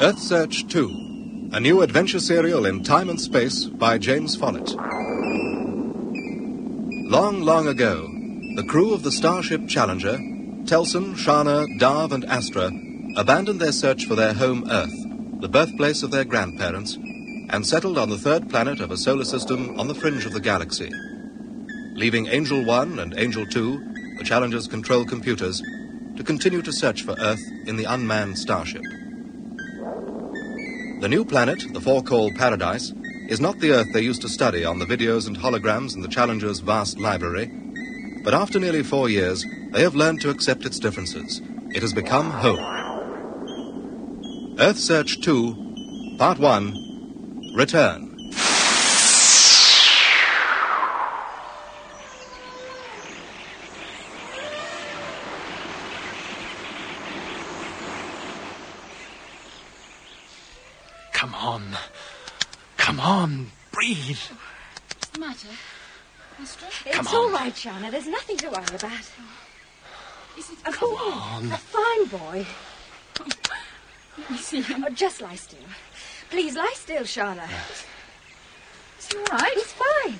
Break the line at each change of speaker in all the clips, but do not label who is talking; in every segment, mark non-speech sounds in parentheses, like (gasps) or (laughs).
Earth Search 2, a new adventure serial in time and space by James Follett. Long, long ago, the crew of the Starship Challenger, Telson, Shana, Darv, and Astra, abandoned their search for their home Earth, the birthplace of their grandparents, and settled on the third planet of a solar system on the fringe of the galaxy. Leaving Angel 1 and Angel 2, the Challenger's control computers, to continue to search for Earth in the unmanned starship. The new planet, the four call Paradise, is not the Earth they used to study on the videos and holograms in the Challenger's vast library. But after nearly four years, they have learned to accept its differences. It has become home. Earth Search 2, Part 1 Return.
Come on. Come on. Breathe.
the matter? Astra?
Come
It's
on.
all right, Shana. There's nothing to worry about.
Is it
Come on. A fine boy.
Let me see him.
Oh, just lie still. Please lie still, Shana.
Is he all right?
He's fine.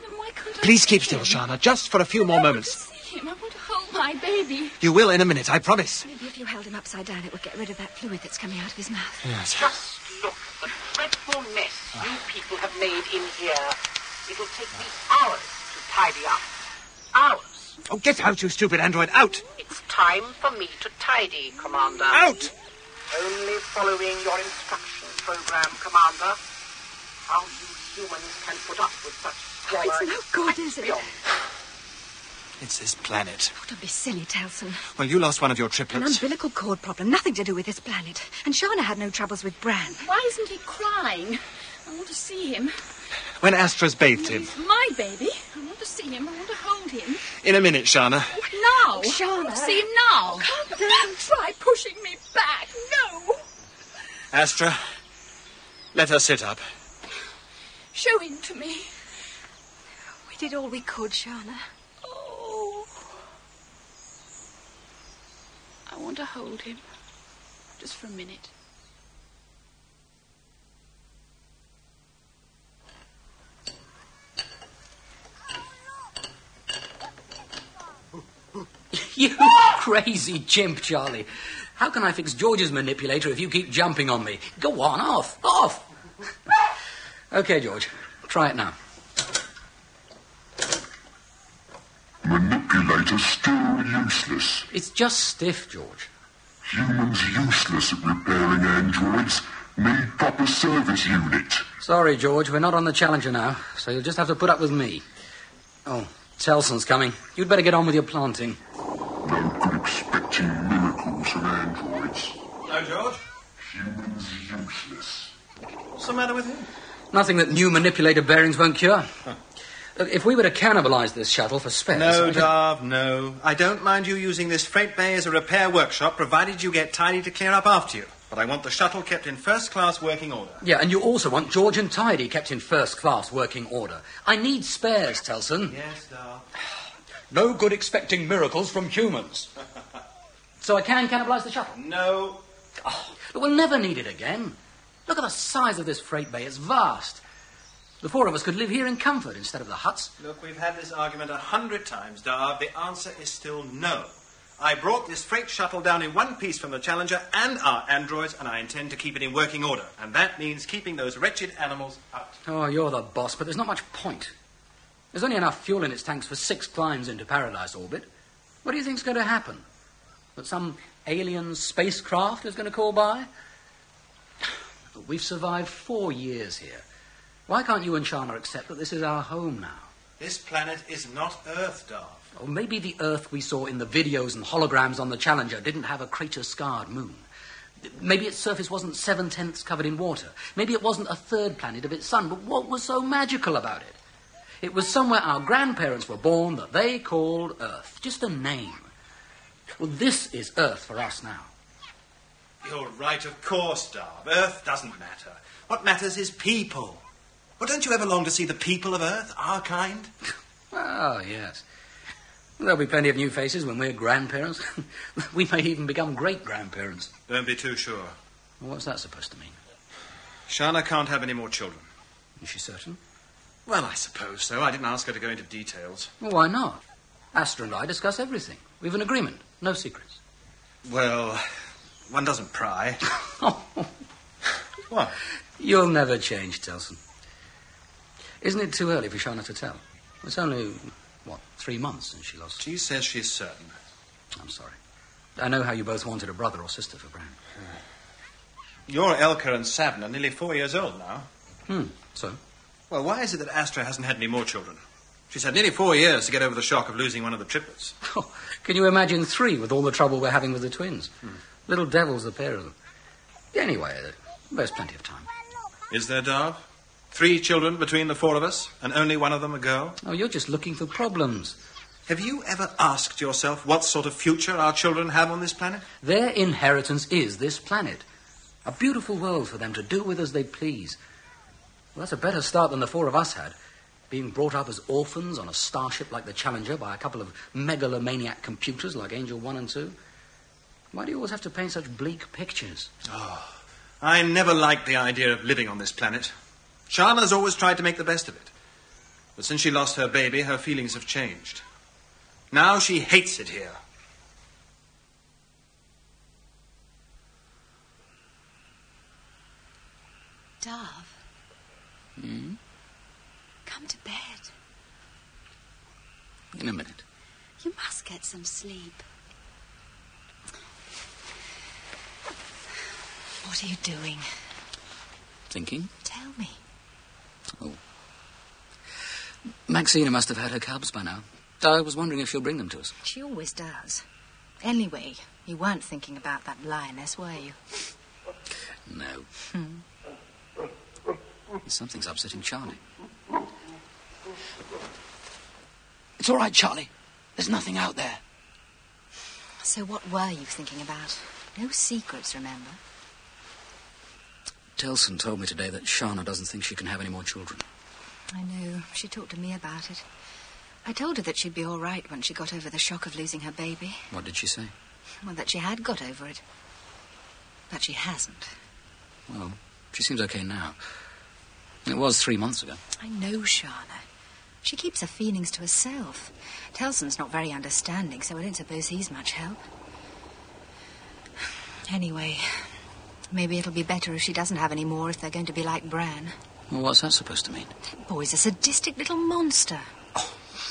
Then why can't I
Please
see
keep still,
him?
Shana, just for a few more
I
moments.
want to see him. I want to hold my baby.
You will in a minute, I promise.
Maybe if you held him upside down, it would get rid of that fluid that's coming out of his mouth.
Yes.
Just look, the dreadful mess you people have made in here. It'll take me hours to tidy up. Hours.
Oh, get out, you stupid android. Out!
It's time for me to tidy, Commander.
Out!
Only following your instruction program, Commander. How you humans can put up with such squalor
It's no good, is it?
beyond
It's this planet.
Oh, don't be silly, Telson.
Well, you lost one of your
An
triplets.
umbilical cord problem. Nothing to do with this planet. And Shana had no troubles with Bran.
Why isn't he crying? I want to see him.
When Astra's bathed him.
He's my baby. I want to see him. I want to hold him.
In a minute, Shana.
Now!
Shana.
I want to see him now! Try pushing me back. No!
Astra, let her sit up.
Show him to me.
We did all we could, Shana.
Oh. I want to hold him. Just for a minute.
You crazy chimp, Charlie. How can I fix George's manipulator if you keep jumping on me? Go on, off, off. okay, George, try it now.
Manipulator still useless.
It's just stiff, George.
Humans useless at repairing androids. Need proper service unit.
Sorry, George, we're not on the Challenger now, so you'll just have to put up with me. Oh, Telson's coming. You'd better get on with your planting.
No good expecting miracles from androids.
Now, George,
Humans useless.
what's the matter with him?
Nothing that new manipulator bearings won't cure. Look, if we were to cannibalize this shuttle for spares... I
No,
could-
Darv, no. I don't mind you using this freight bay as a repair workshop, provided you get tidy to clear up after you. But I want the shuttle kept in first class working order.
Yeah, and you also want George and Tidy kept in first class working order. I need spares, Telson.
Yes, Darv.
(sighs) No good expecting miracles from
(laughs)
humans. so I can cannibalize the shuttle.
No.
But we'll never need it again. Look at the size of this freight bay. It's vast. The four of us could live here in comfort instead of the huts.
Look, we've had this argument a hundred times, Darv. The answer is still no. I brought this freight shuttle down in one piece from the Challenger and our androids, and I intend to keep it in working order. And that means keeping those wretched animals out.
Oh, you're the boss, but there's not much point. There's only enough fuel in its tanks for six climbs into paradise orbit. What do you think's going to happen? That some alien spacecraft is going to call by? But We've survived four years here. Why can't you and Shana accept that this is our home now?
This planet is not Earth, Darv.
Or maybe the Earth we saw in the videos and holograms on the Challenger didn't have a crater scarred moon. Maybe its surface wasn't seven tenths covered in water. Maybe it wasn't a third planet of its sun. But what was so magical about it? It was somewhere our grandparents were born that they called Earth. Just a name. Well, this is Earth for us now.
You're right, of course, Darb. Earth doesn't matter. What matters is people. Well, don't you ever long to see the people of Earth, our kind?
Oh, yes. There'll be plenty of new faces when we're grandparents. (laughs) we may even become great grandparents.
Don't be too sure.
What's that supposed to mean?
Shana can't have any more children.
Is she certain?
Well, I suppose so. I didn't ask her to go into details.
Well, why not? Astra and I discuss everything. We've an agreement. No secrets.
Well, one doesn't pry.
Oh,
What?
you'll never change, Telson. Isn't it too early for Shana to tell? It's only, what, three months since she lost.
She says she's certain.
I'm sorry. I know how you both wanted a brother or sister for Bran.
Your Elka and Savin are nearly four years old now.
Hmm. So? (laughs)
Well, why is it that Astra hasn't had any more children? She's had nearly four years to get over the shock of losing one of the triplets.
Can you imagine three with all the trouble we're having with the twins? Little devils, the pair of them. Anyway, there's plenty of time.
Is there, Darb? Three children between the four of us, and only one of them a girl?
Oh, you're just looking for problems.
Have you ever asked yourself what sort of future our children have on this planet?
Their inheritance is this planet. A beautiful world for them to do with as they please. Well, that's a better start than the four of us had. Being brought up as orphans on a starship like the Challenger by a couple of megalomaniac computers like Angel 1 and 2. Why do you always have to paint such bleak pictures?
I never liked the idea of living on this planet. Shana's always tried to make the best of it. But since she lost her baby, her feelings have changed. Now she hates it here.
Dove.
Hmm?
Come to bed.
In a minute.
You must get some sleep. What are you doing?
Thinking?
Tell me.
Maxina must have had her cabs by now. I was wondering if she'll bring them to us.
She always does. Anyway, you weren't thinking about that lioness, were you?
No. Something's upsetting Charlie. It's all right, Charlie. There's nothing out there.
So what were you thinking about? No secrets, remember?
Tilson told me today that Shana doesn't think she can have any more children.
I know. She talked to me about it. I told her that she'd be all right when she got over the shock of losing her baby.
What did she say?
Well, that she had got over it. But she hasn't.
Well, she seems okay now. It was three months ago.
I know Shana. She keeps her feelings to herself. Telson's not very understanding, so I don't suppose he's much help. Anyway, maybe it'll be better if she doesn't have any more if they're going to be like Bran.
Well, what's that supposed to mean?
Boy's a sadistic little monster.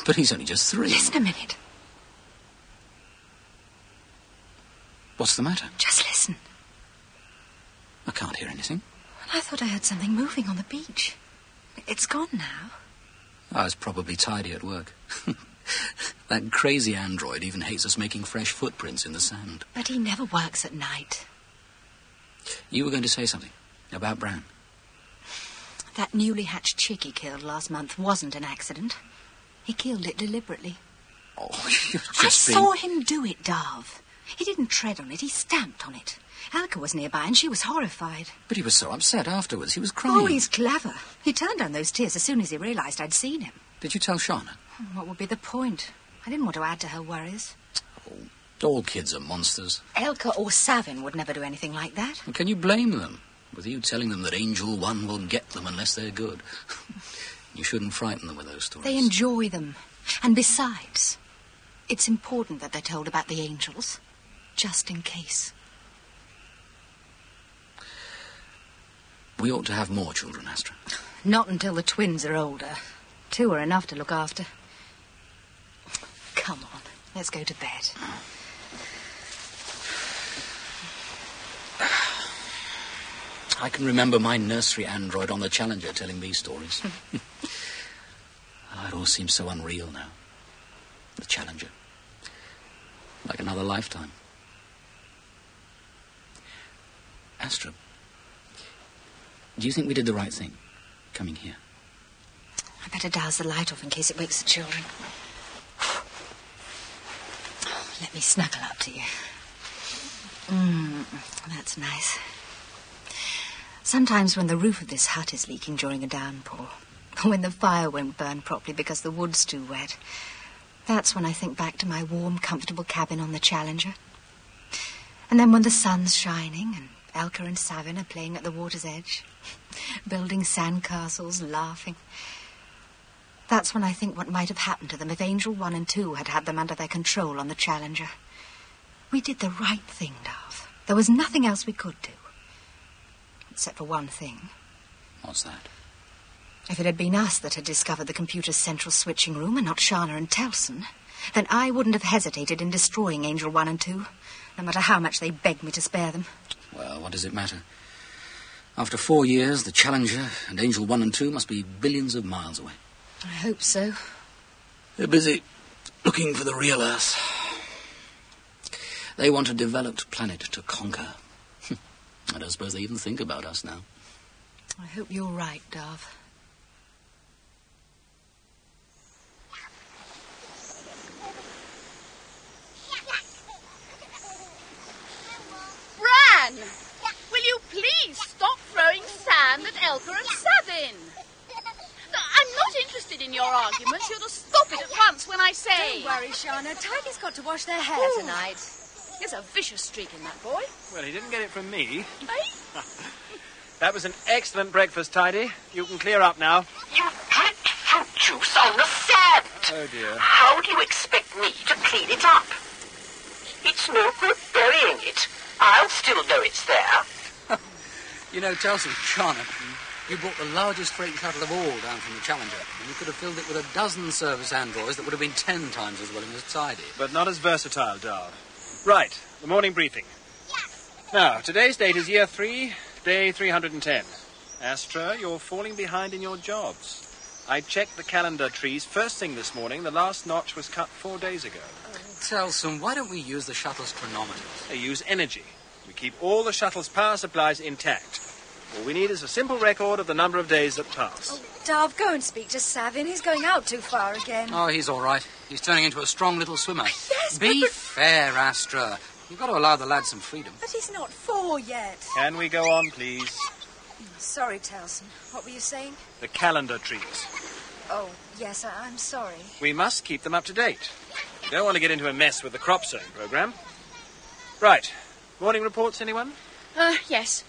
But he's only just three.
Listen a minute.
What's the matter?
Just listen.
I can't hear anything.
I thought I heard something moving on the beach. It's gone now.
I was probably tidy at work. (laughs) that crazy android even hates us making fresh footprints in the sand.
But he never works at night.
You were going to say something about Brown.
That newly hatched chick he killed last month wasn't an accident. He killed it deliberately.
Oh, (laughs) you're
I
just being...
saw him do it, Darv. He didn't tread on it, he stamped on it. Alka was nearby and she was horrified.
But he was so upset afterwards. He was crying.
Oh, he's clever. He turned down those tears as soon as he realized I'd seen him.
Did you tell Shana?
What would be the point? I didn't want to add to her worries.
All kids are monsters.
Elka or Savin would never do anything like that.
And can you blame them? With you telling them that Angel One will get them unless they're good. (laughs) you shouldn't frighten them with those stories.
They enjoy them. And besides, it's important that they're told about the angels, just in case.
We ought to have more children, Astra.
Not until the twins are older. Two are enough to look after. Come on, let's go to bed.
I can remember my nursery android on the Challenger telling me stories. Ah, it all seems so unreal now. The Challenger. Like another lifetime. Astra, do you think we did the right thing coming here?
I better douse the light off in case it wakes the children. Let me snuggle up to you. Mm, that's nice. Sometimes when the roof of this hut is leaking during a downpour, When the fire won't burn properly because the wood's too wet. That's when I think back to my warm, comfortable cabin on the Challenger. And then when the sun's shining and Elka and Savin are playing at the water's edge, (laughs) building sandcastles, laughing. That's when I think what might have happened to them if Angel 1 and 2 had had them under their control on the Challenger. We did the right thing, Darth. There was nothing else we could do. Except for one thing.
What's that?
If it had been us that had discovered the computer's central switching room and not Shana and Telson, then I wouldn't have hesitated in destroying Angel 1 and 2, no matter how much they begged me to spare them.
Well, what does it matter? After four years, the Challenger and Angel 1 and 2 must be billions of miles away.
I hope so.
They're busy looking for the real Earth. They want a developed planet to conquer. (laughs) I don't suppose they even think about us now.
I hope you're right, Darth.
Bran! Will you please stop throwing sand at Elka and Sabin? No, I'm not interested in your arguments. You're to stop it at once when I say.
Don't worry, Shana. Tiny's got to wash their hair
Ooh.
tonight.
There's a vicious streak in that boy.
Well, he didn't get it from me.
Eh?
That was an excellent breakfast, Tidy. You can clear up now.
You can't have juice on the sand.
Oh, dear.
How do you expect me to clean it up? It's no good burying it. I'll still know it's there.
You know, Telson, Charnock, you brought the largest freight shuttle of all down from the Challenger, and you could have filled it with a dozen service androids that would have been ten times as willing as Tidy.
But not as versatile, Darv. Right, the morning briefing. Now, today's date is year three, day 310. Astra, you're falling behind in your jobs. I checked the calendar trees first thing this morning. The last notch was cut four days ago.
Telson, why don't we use the shuttle's chronometer?
They use energy. We keep all the shuttle's power supplies intact. All we need is a simple record of the number of days that pass.
Darv, Oh, go and speak to Savin. He's going out too far again.
Oh, he's all right. He's turning into a strong little swimmer.
(laughs) Yes,
Be
but-
fair, Astra. You've got to allow the lad some freedom.
But he's not four yet.
Can we go on, please?
Sorry, Telson. What were you saying?
The calendar trees.
Oh, yes, I- I'm sorry.
We must keep them up to date. We don't want to get into a mess with the crop sowing program. Right. Morning reports, anyone?
Uh, yes.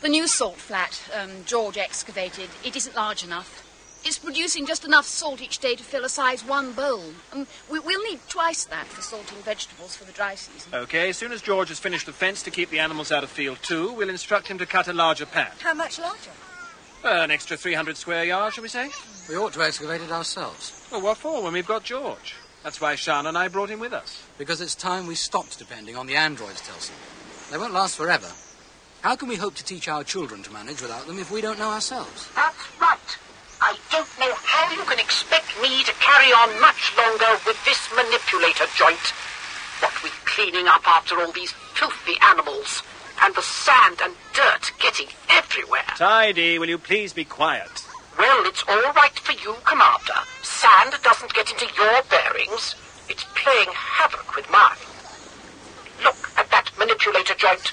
The new salt flat um, George excavated, it isn't large enough. It's producing just enough salt each day to fill a size one bowl. Um, we, we'll need twice that for salting vegetables for the dry season.
Okay, as soon as George has finished the fence to keep the animals out of field two, we'll instruct him to cut a larger pad.
How much larger?
Well, an extra 300 square yards, shall we say?
We ought to excavate it ourselves,
Well, what for when we've got George? That's why Shan and I brought him with us.
because it's time we stopped depending on the androids, Telson. They won't last forever. How can we hope to teach our children to manage without them if we don't know ourselves?
That's right. I don't know how you can expect me to carry on much longer with this manipulator joint. What with cleaning up after all these filthy animals, and the sand and dirt getting everywhere.
Tidy, will you please be quiet?
Well, it's all right for you, Commander. Sand doesn't get into your bearings. It's playing havoc with mine. Look at that manipulator joint.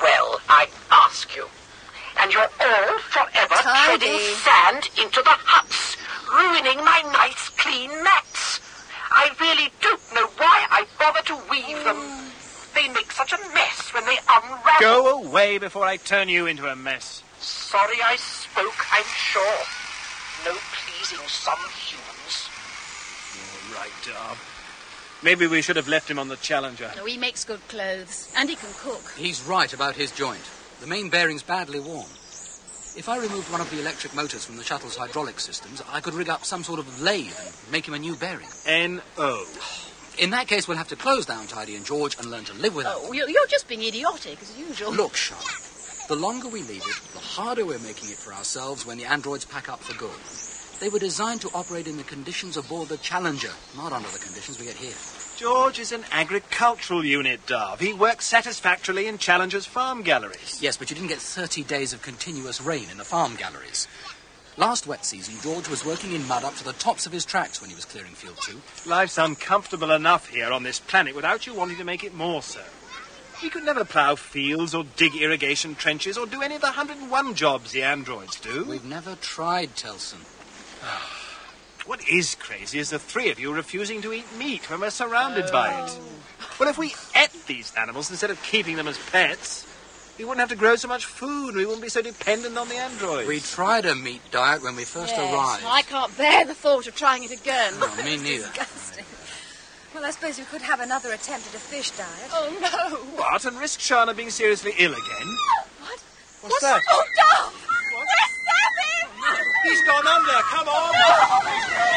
Well, I ask you. And you're all forever
Tidy.
treading sand into the huts, ruining my nice clean mats. I really don't know why I bother to weave them. They make such a mess when they unravel.
Go away before I turn you into a mess.
Sorry I spoke, I'm sure. No pleasing some humans.
All right, Darb. Maybe we should have left him on the Challenger.
No, he makes good clothes, and he can cook.
He's right about his joint. The main bearing's badly worn. If I removed one of the electric motors from the shuttle's hydraulic systems, I could rig up some sort of lathe and make him a new bearing.
N.O.
In that case, we'll have to close down Tidy and George and learn to live without
Oh, you- you're just being idiotic, as usual.
Look, Sharp. The longer we leave it, the harder we're making it for ourselves when the androids pack up for good. They were designed to operate in the conditions aboard the Challenger, not under the conditions we get here.
George is an agricultural unit, Darv. He works satisfactorily in Challenger's farm galleries.
Yes, but you didn't get 30 days of continuous rain in the farm galleries. Last wet season, George was working in mud up to the tops of his tracks when he was clearing Field 2.
Life's uncomfortable enough here on this planet without you wanting to make it more so. He could never plough fields or dig irrigation trenches or do any of the 101 jobs the androids do.
We've never tried, Telson.
What is crazy is the three of you refusing to eat meat when we're surrounded by it. Well, if we ate these animals instead of keeping them as pets, we wouldn't have to grow so much food. We wouldn't be so dependent on the androids.
We tried a meat diet when we first
Yes,
arrived.
I can't bear the thought of trying it again.
No, me neither.
Well, I suppose we could have another attempt at a fish diet.
Oh, no.
What? And risk Shana being seriously ill again?
What?
What's, that?
Oh, no!
What?
They're savage!
He's gone under. Come on.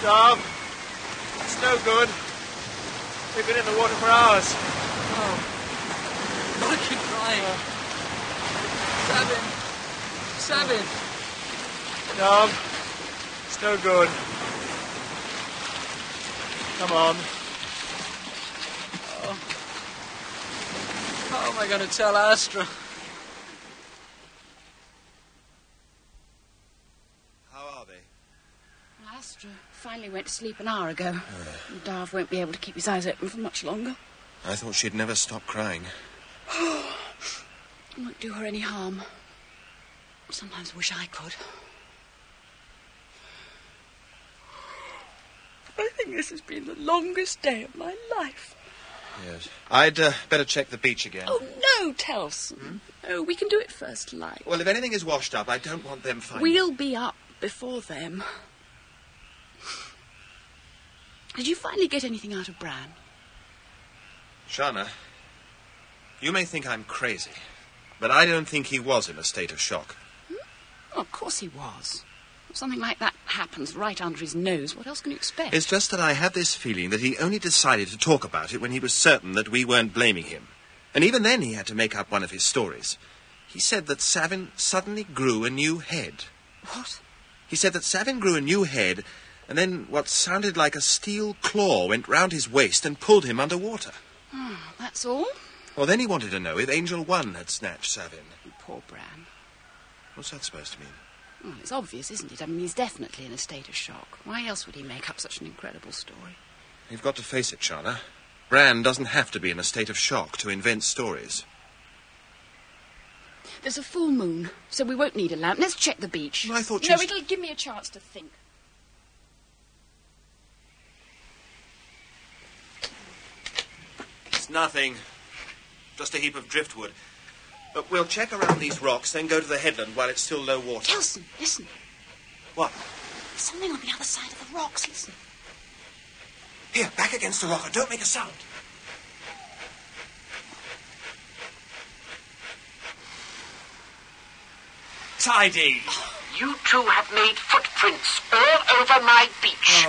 Dove, it's no good. We've been in the water for hours.
Look, you're crying. Sabin. Sabin.
Dove, it's no good. Come on.
Oh, How am I going to tell Astra?
How are they?
Astra finally went to sleep an hour ago. And Darv won't be able to keep his eyes open for much longer.
I thought she'd never stop crying.
It won't do her any harm. Sometimes I wish I could. (sighs) I think this has been the longest day of my life.
Yes. I'd uh, better check the beach again.
Oh, no, Telson. Oh, we can do it first light.
Hmm? Well, if anything is washed up, I don't want them finding.
We'll be up before them. Did you finally get anything out of Bran?
Shana, you may think I'm crazy, but I don't think he was in a state of shock.
Oh, of course he was. Something like that happens right under his nose. What else can you expect?
It's just that I had this feeling that he only decided to talk about it when he was certain that we weren't blaming him. And even then, he had to make up one of his stories. He said that Savin suddenly grew a new head.
What?
He said that Savin grew a new head, and then what sounded like a steel claw went round his waist and pulled him under water.
Ah, That's all?
Well, then he wanted to know if Angel One had snatched Savin.
Poor Bran.
What's that supposed to mean?
Well, it's obvious, isn't it? I mean, he's definitely in a state of shock. Why else would he make up such an incredible story?
You've got to face it, Shana. Bran doesn't have to be in a state of shock to invent stories.
There's a full moon, so we won't need a lamp. Let's check the beach.
Well, I thought
No,
you-
it'll give me a chance to think.
It's nothing. Just a heap of driftwood. But we'll check around these rocks, then go to the headland while it's still low water.
Telson, listen.
What?
There's something on the other side of the rocks. Listen.
Here, back against the rock, and don't make a sound.
Tidy.
You two have made footprints all over my beach.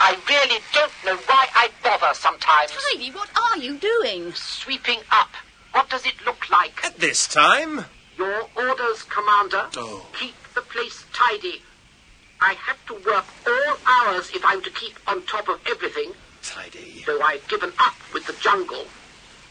I really don't know why I bother sometimes.
Tidy, what are you doing?
Sweeping up. What does it look like?
At this time? Oh.
Your orders, Commander. Keep the place tidy. I have to work all hours if I'm to keep on top of everything,
Tidy.
though I've given up with the jungle.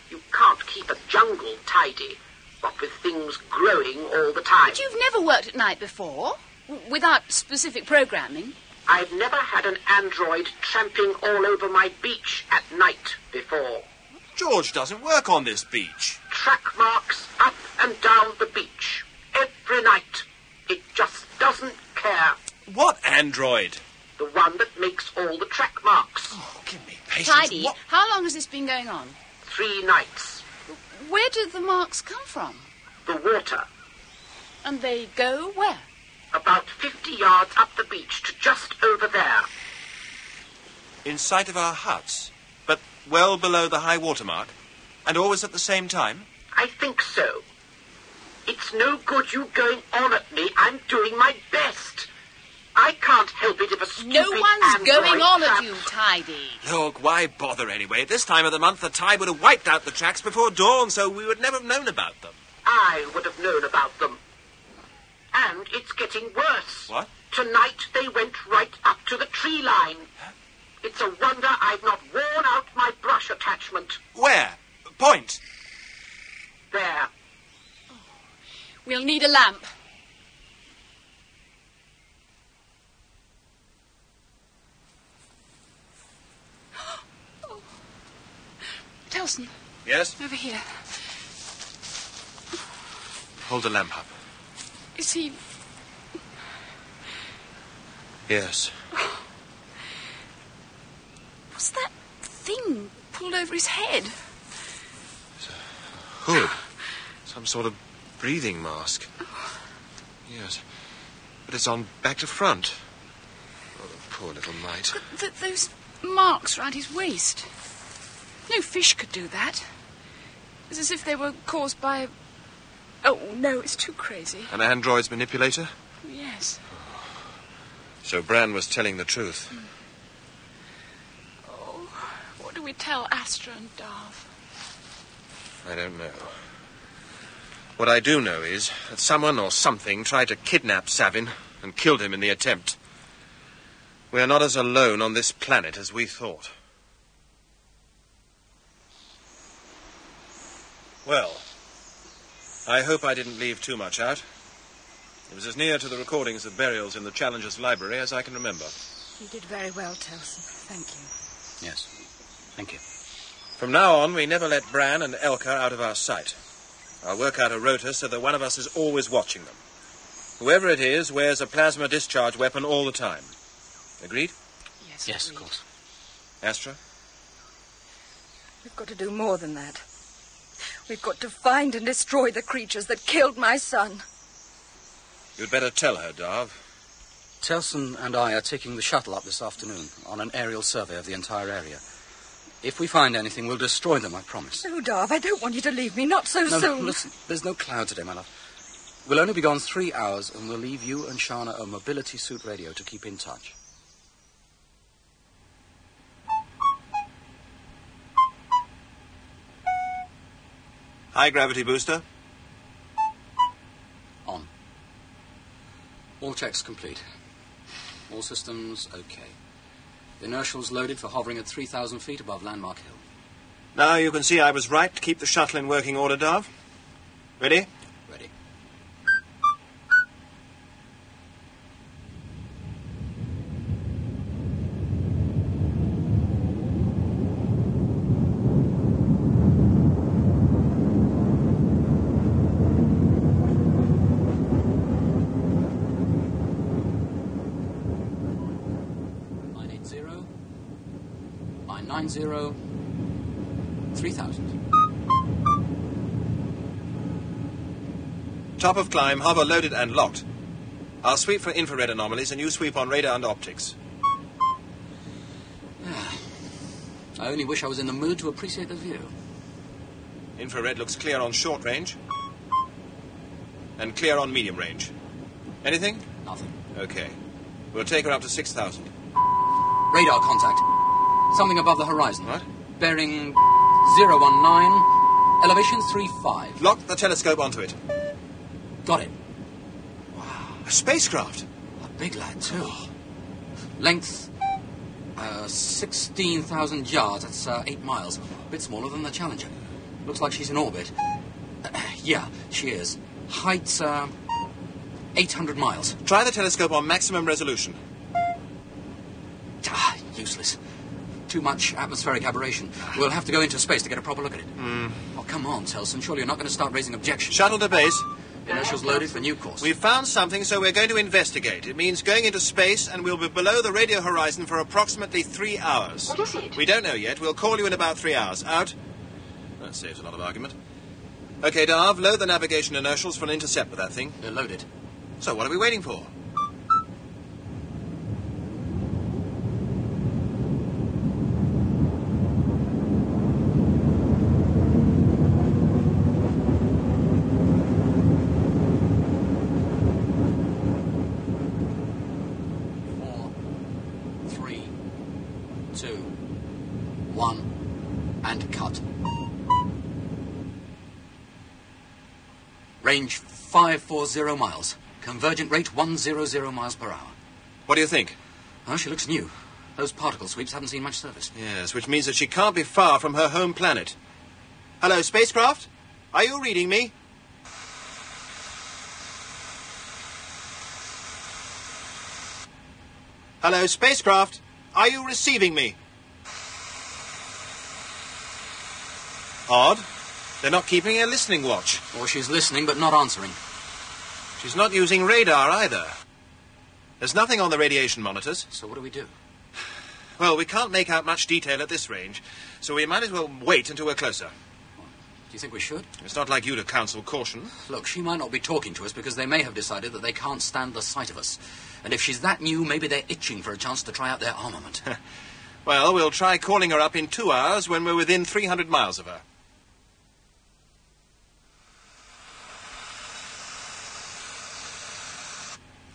You can't keep a jungle tidy, what with things growing all the time.
But you've never worked at night before, w- without specific programming.
I've never had an android tramping all over my beach at night before.
George doesn't work on this beach.
Track marks up and down the beach every night. It just doesn't care.
What android?
The one that makes all the track marks.
Oh, give me patience.
Tidy, how long has this been going on?
Three nights.
Where do the marks come from?
The water,
And they go where?
about 50 yards up the beach to just over there.
In sight of our huts, but well below the high water mark, and always at the same time.
I think so. It's no good you going on at me. I'm doing my best. I can't help it if a stupid
No one's
android
going on at
traps-
you, Tidy.
Look, why bother anyway? At this time of the month, the tide would have wiped out the tracks before dawn, so we would never have known about them.
I would have known about them. And it's getting worse.
What?
Tonight they went right up to the tree line. It's a wonder I've not worn out my brush attachment.
Where? Point.
There.
(gasps) We'll need a lamp. Telson,
Yes?
over here.
Hold the lamp up.
Is he.
Yes.
Was that thing pulled over his head?
Hood. Some sort of breathing mask. Yes. But it's on back to front. Oh, the poor little mite.
Th- those marks round his waist. No fish could do that. It's as if they were caused by. a- Oh, no, it's too crazy.
An android's manipulator?
Yes.
So Bran was telling the truth.
Oh, what do we tell Astra and Darv?
I don't know. What I do know is that someone or something tried to kidnap Savin and killed him in the attempt. We are not as alone on this planet as we thought. Well, I hope I didn't leave too much out. It was as near to the recordings of burials in the Challenger's library as I can remember.
You did very well, Telson. Thank you.
Yes. Thank you.
From now on, we never let Bran and Elka out of our sight. I'll work out a rota so that one of us is always watching them. Whoever it is wears a plasma discharge weapon all the time. Agreed?
Yes.
Yes, of course.
Astra?
We've got to do more than that. We've got to find and destroy the creatures that killed my son.
You'd better tell her, Darv.
Telson and I are taking the shuttle up this afternoon on an aerial survey of the entire area. If we find anything, we'll destroy them, I promise.
No, Darv, I don't want you to leave me. Not so
no,
soon.
listen, there's no cloud today, my love. We'll only be gone three hours, and we'll leave you and Shana a mobility suit radio to keep in touch.
High gravity booster.
On. All checks complete. All systems okay. The inertial's loaded for hovering at 3,000 feet above Landmark Hill.
Now you can see I was right to keep the shuttle in working order, Darv. Ready?
Ready. Nine eight zero. Nine nine zero. Three thousand.
Top of climb, hover loaded and locked. I'll sweep for infrared anomalies and you sweep on radar and optics.
I only wish I was in the mood to appreciate the view.
Infrared looks clear on short range and clear on medium range. Anything?
Nothing.
Okay. We'll take her up to 6,000.
Radar contact. Something above the horizon.
What?
Bearing 019, elevation 35.
Lock the telescope onto it.
Got it.
A spacecraft?
A big lad, too. Length uh, 16,000 yards. That's uh, eight miles. A bit smaller than the Challenger. Looks like she's in orbit. (clears throat) yeah, she is. Height uh, 800 miles.
Try the telescope on maximum resolution.
Ah, useless. Too much atmospheric aberration. We'll have to go into space to get a proper look at it. Oh, come on, Telson. Surely you're not going to start raising objections.
Shuttle to base.
Inertial's loaded for new course.
We've found something, so we're going to investigate. It means going into space, and we'll be below the radio horizon for approximately three hours.
What is it?
We don't know yet. We'll call you in about three hours. Out. That saves a lot of argument. Okay, Darv, load the navigation inertials for an intercept with that thing.
They're loaded.
So what are we waiting for?
Four, three, two, one, and cut. Range 540 miles. Convergent rate 100 miles per hour.
What do you think?
Oh, she looks new. Those particle sweeps haven't seen much service.
Yes, which means that she can't be far from her home planet. Hello, spacecraft? Are you reading me? Hello, spacecraft? Are you receiving me? Odd. They're not keeping a listening watch.
Or she's listening but not answering.
She's not using radar either. There's nothing on the radiation monitors.
So what do we do?
Well, we can't make out much detail at this range, so we might as well wait until we're closer.
Do you think we should?
It's not like you to counsel caution.
Look, she might not be talking to us because they may have decided that they can't stand the sight of us. And if she's that new, maybe they're itching for a chance to try out their armament.
Well, we'll try calling her up in two hours when we're within 300 miles of her.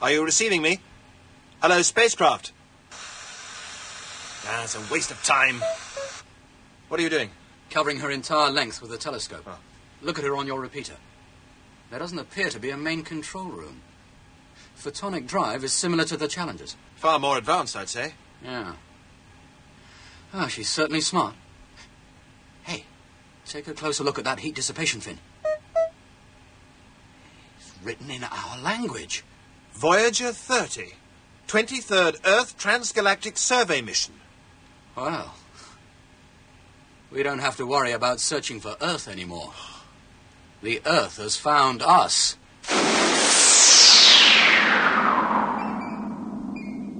Are you receiving me? Hello, spacecraft. That's a waste of time. What are you doing?
Covering her entire length with a telescope. Look at her on your repeater. There doesn't appear to be a main control room. Photonic drive is similar to the Challenger's.
Far more advanced, I'd say.
Yeah. Ah, she's certainly smart. Hey, take a closer look at that heat dissipation fin. It's written in our language.
Voyager 30, 23rd Earth Transgalactic Survey Mission.
Well, we don't have to worry about searching for Earth anymore. The Earth has found us.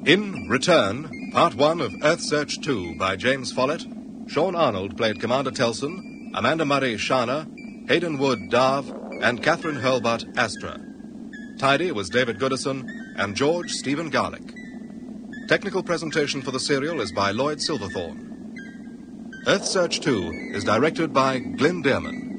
In Return, Part 1 of Earth Search 2 by James Follett, Sean Arnold played Commander Telson, Amanda Murray Shana, Hayden Wood Darve, and Catherine Hurlbut Astra. Tidy was David Goodison and George Stephen Garlick. Technical presentation for the serial is by Lloyd Silverthorne. Earth Search 2 is directed by Glyn Dearman.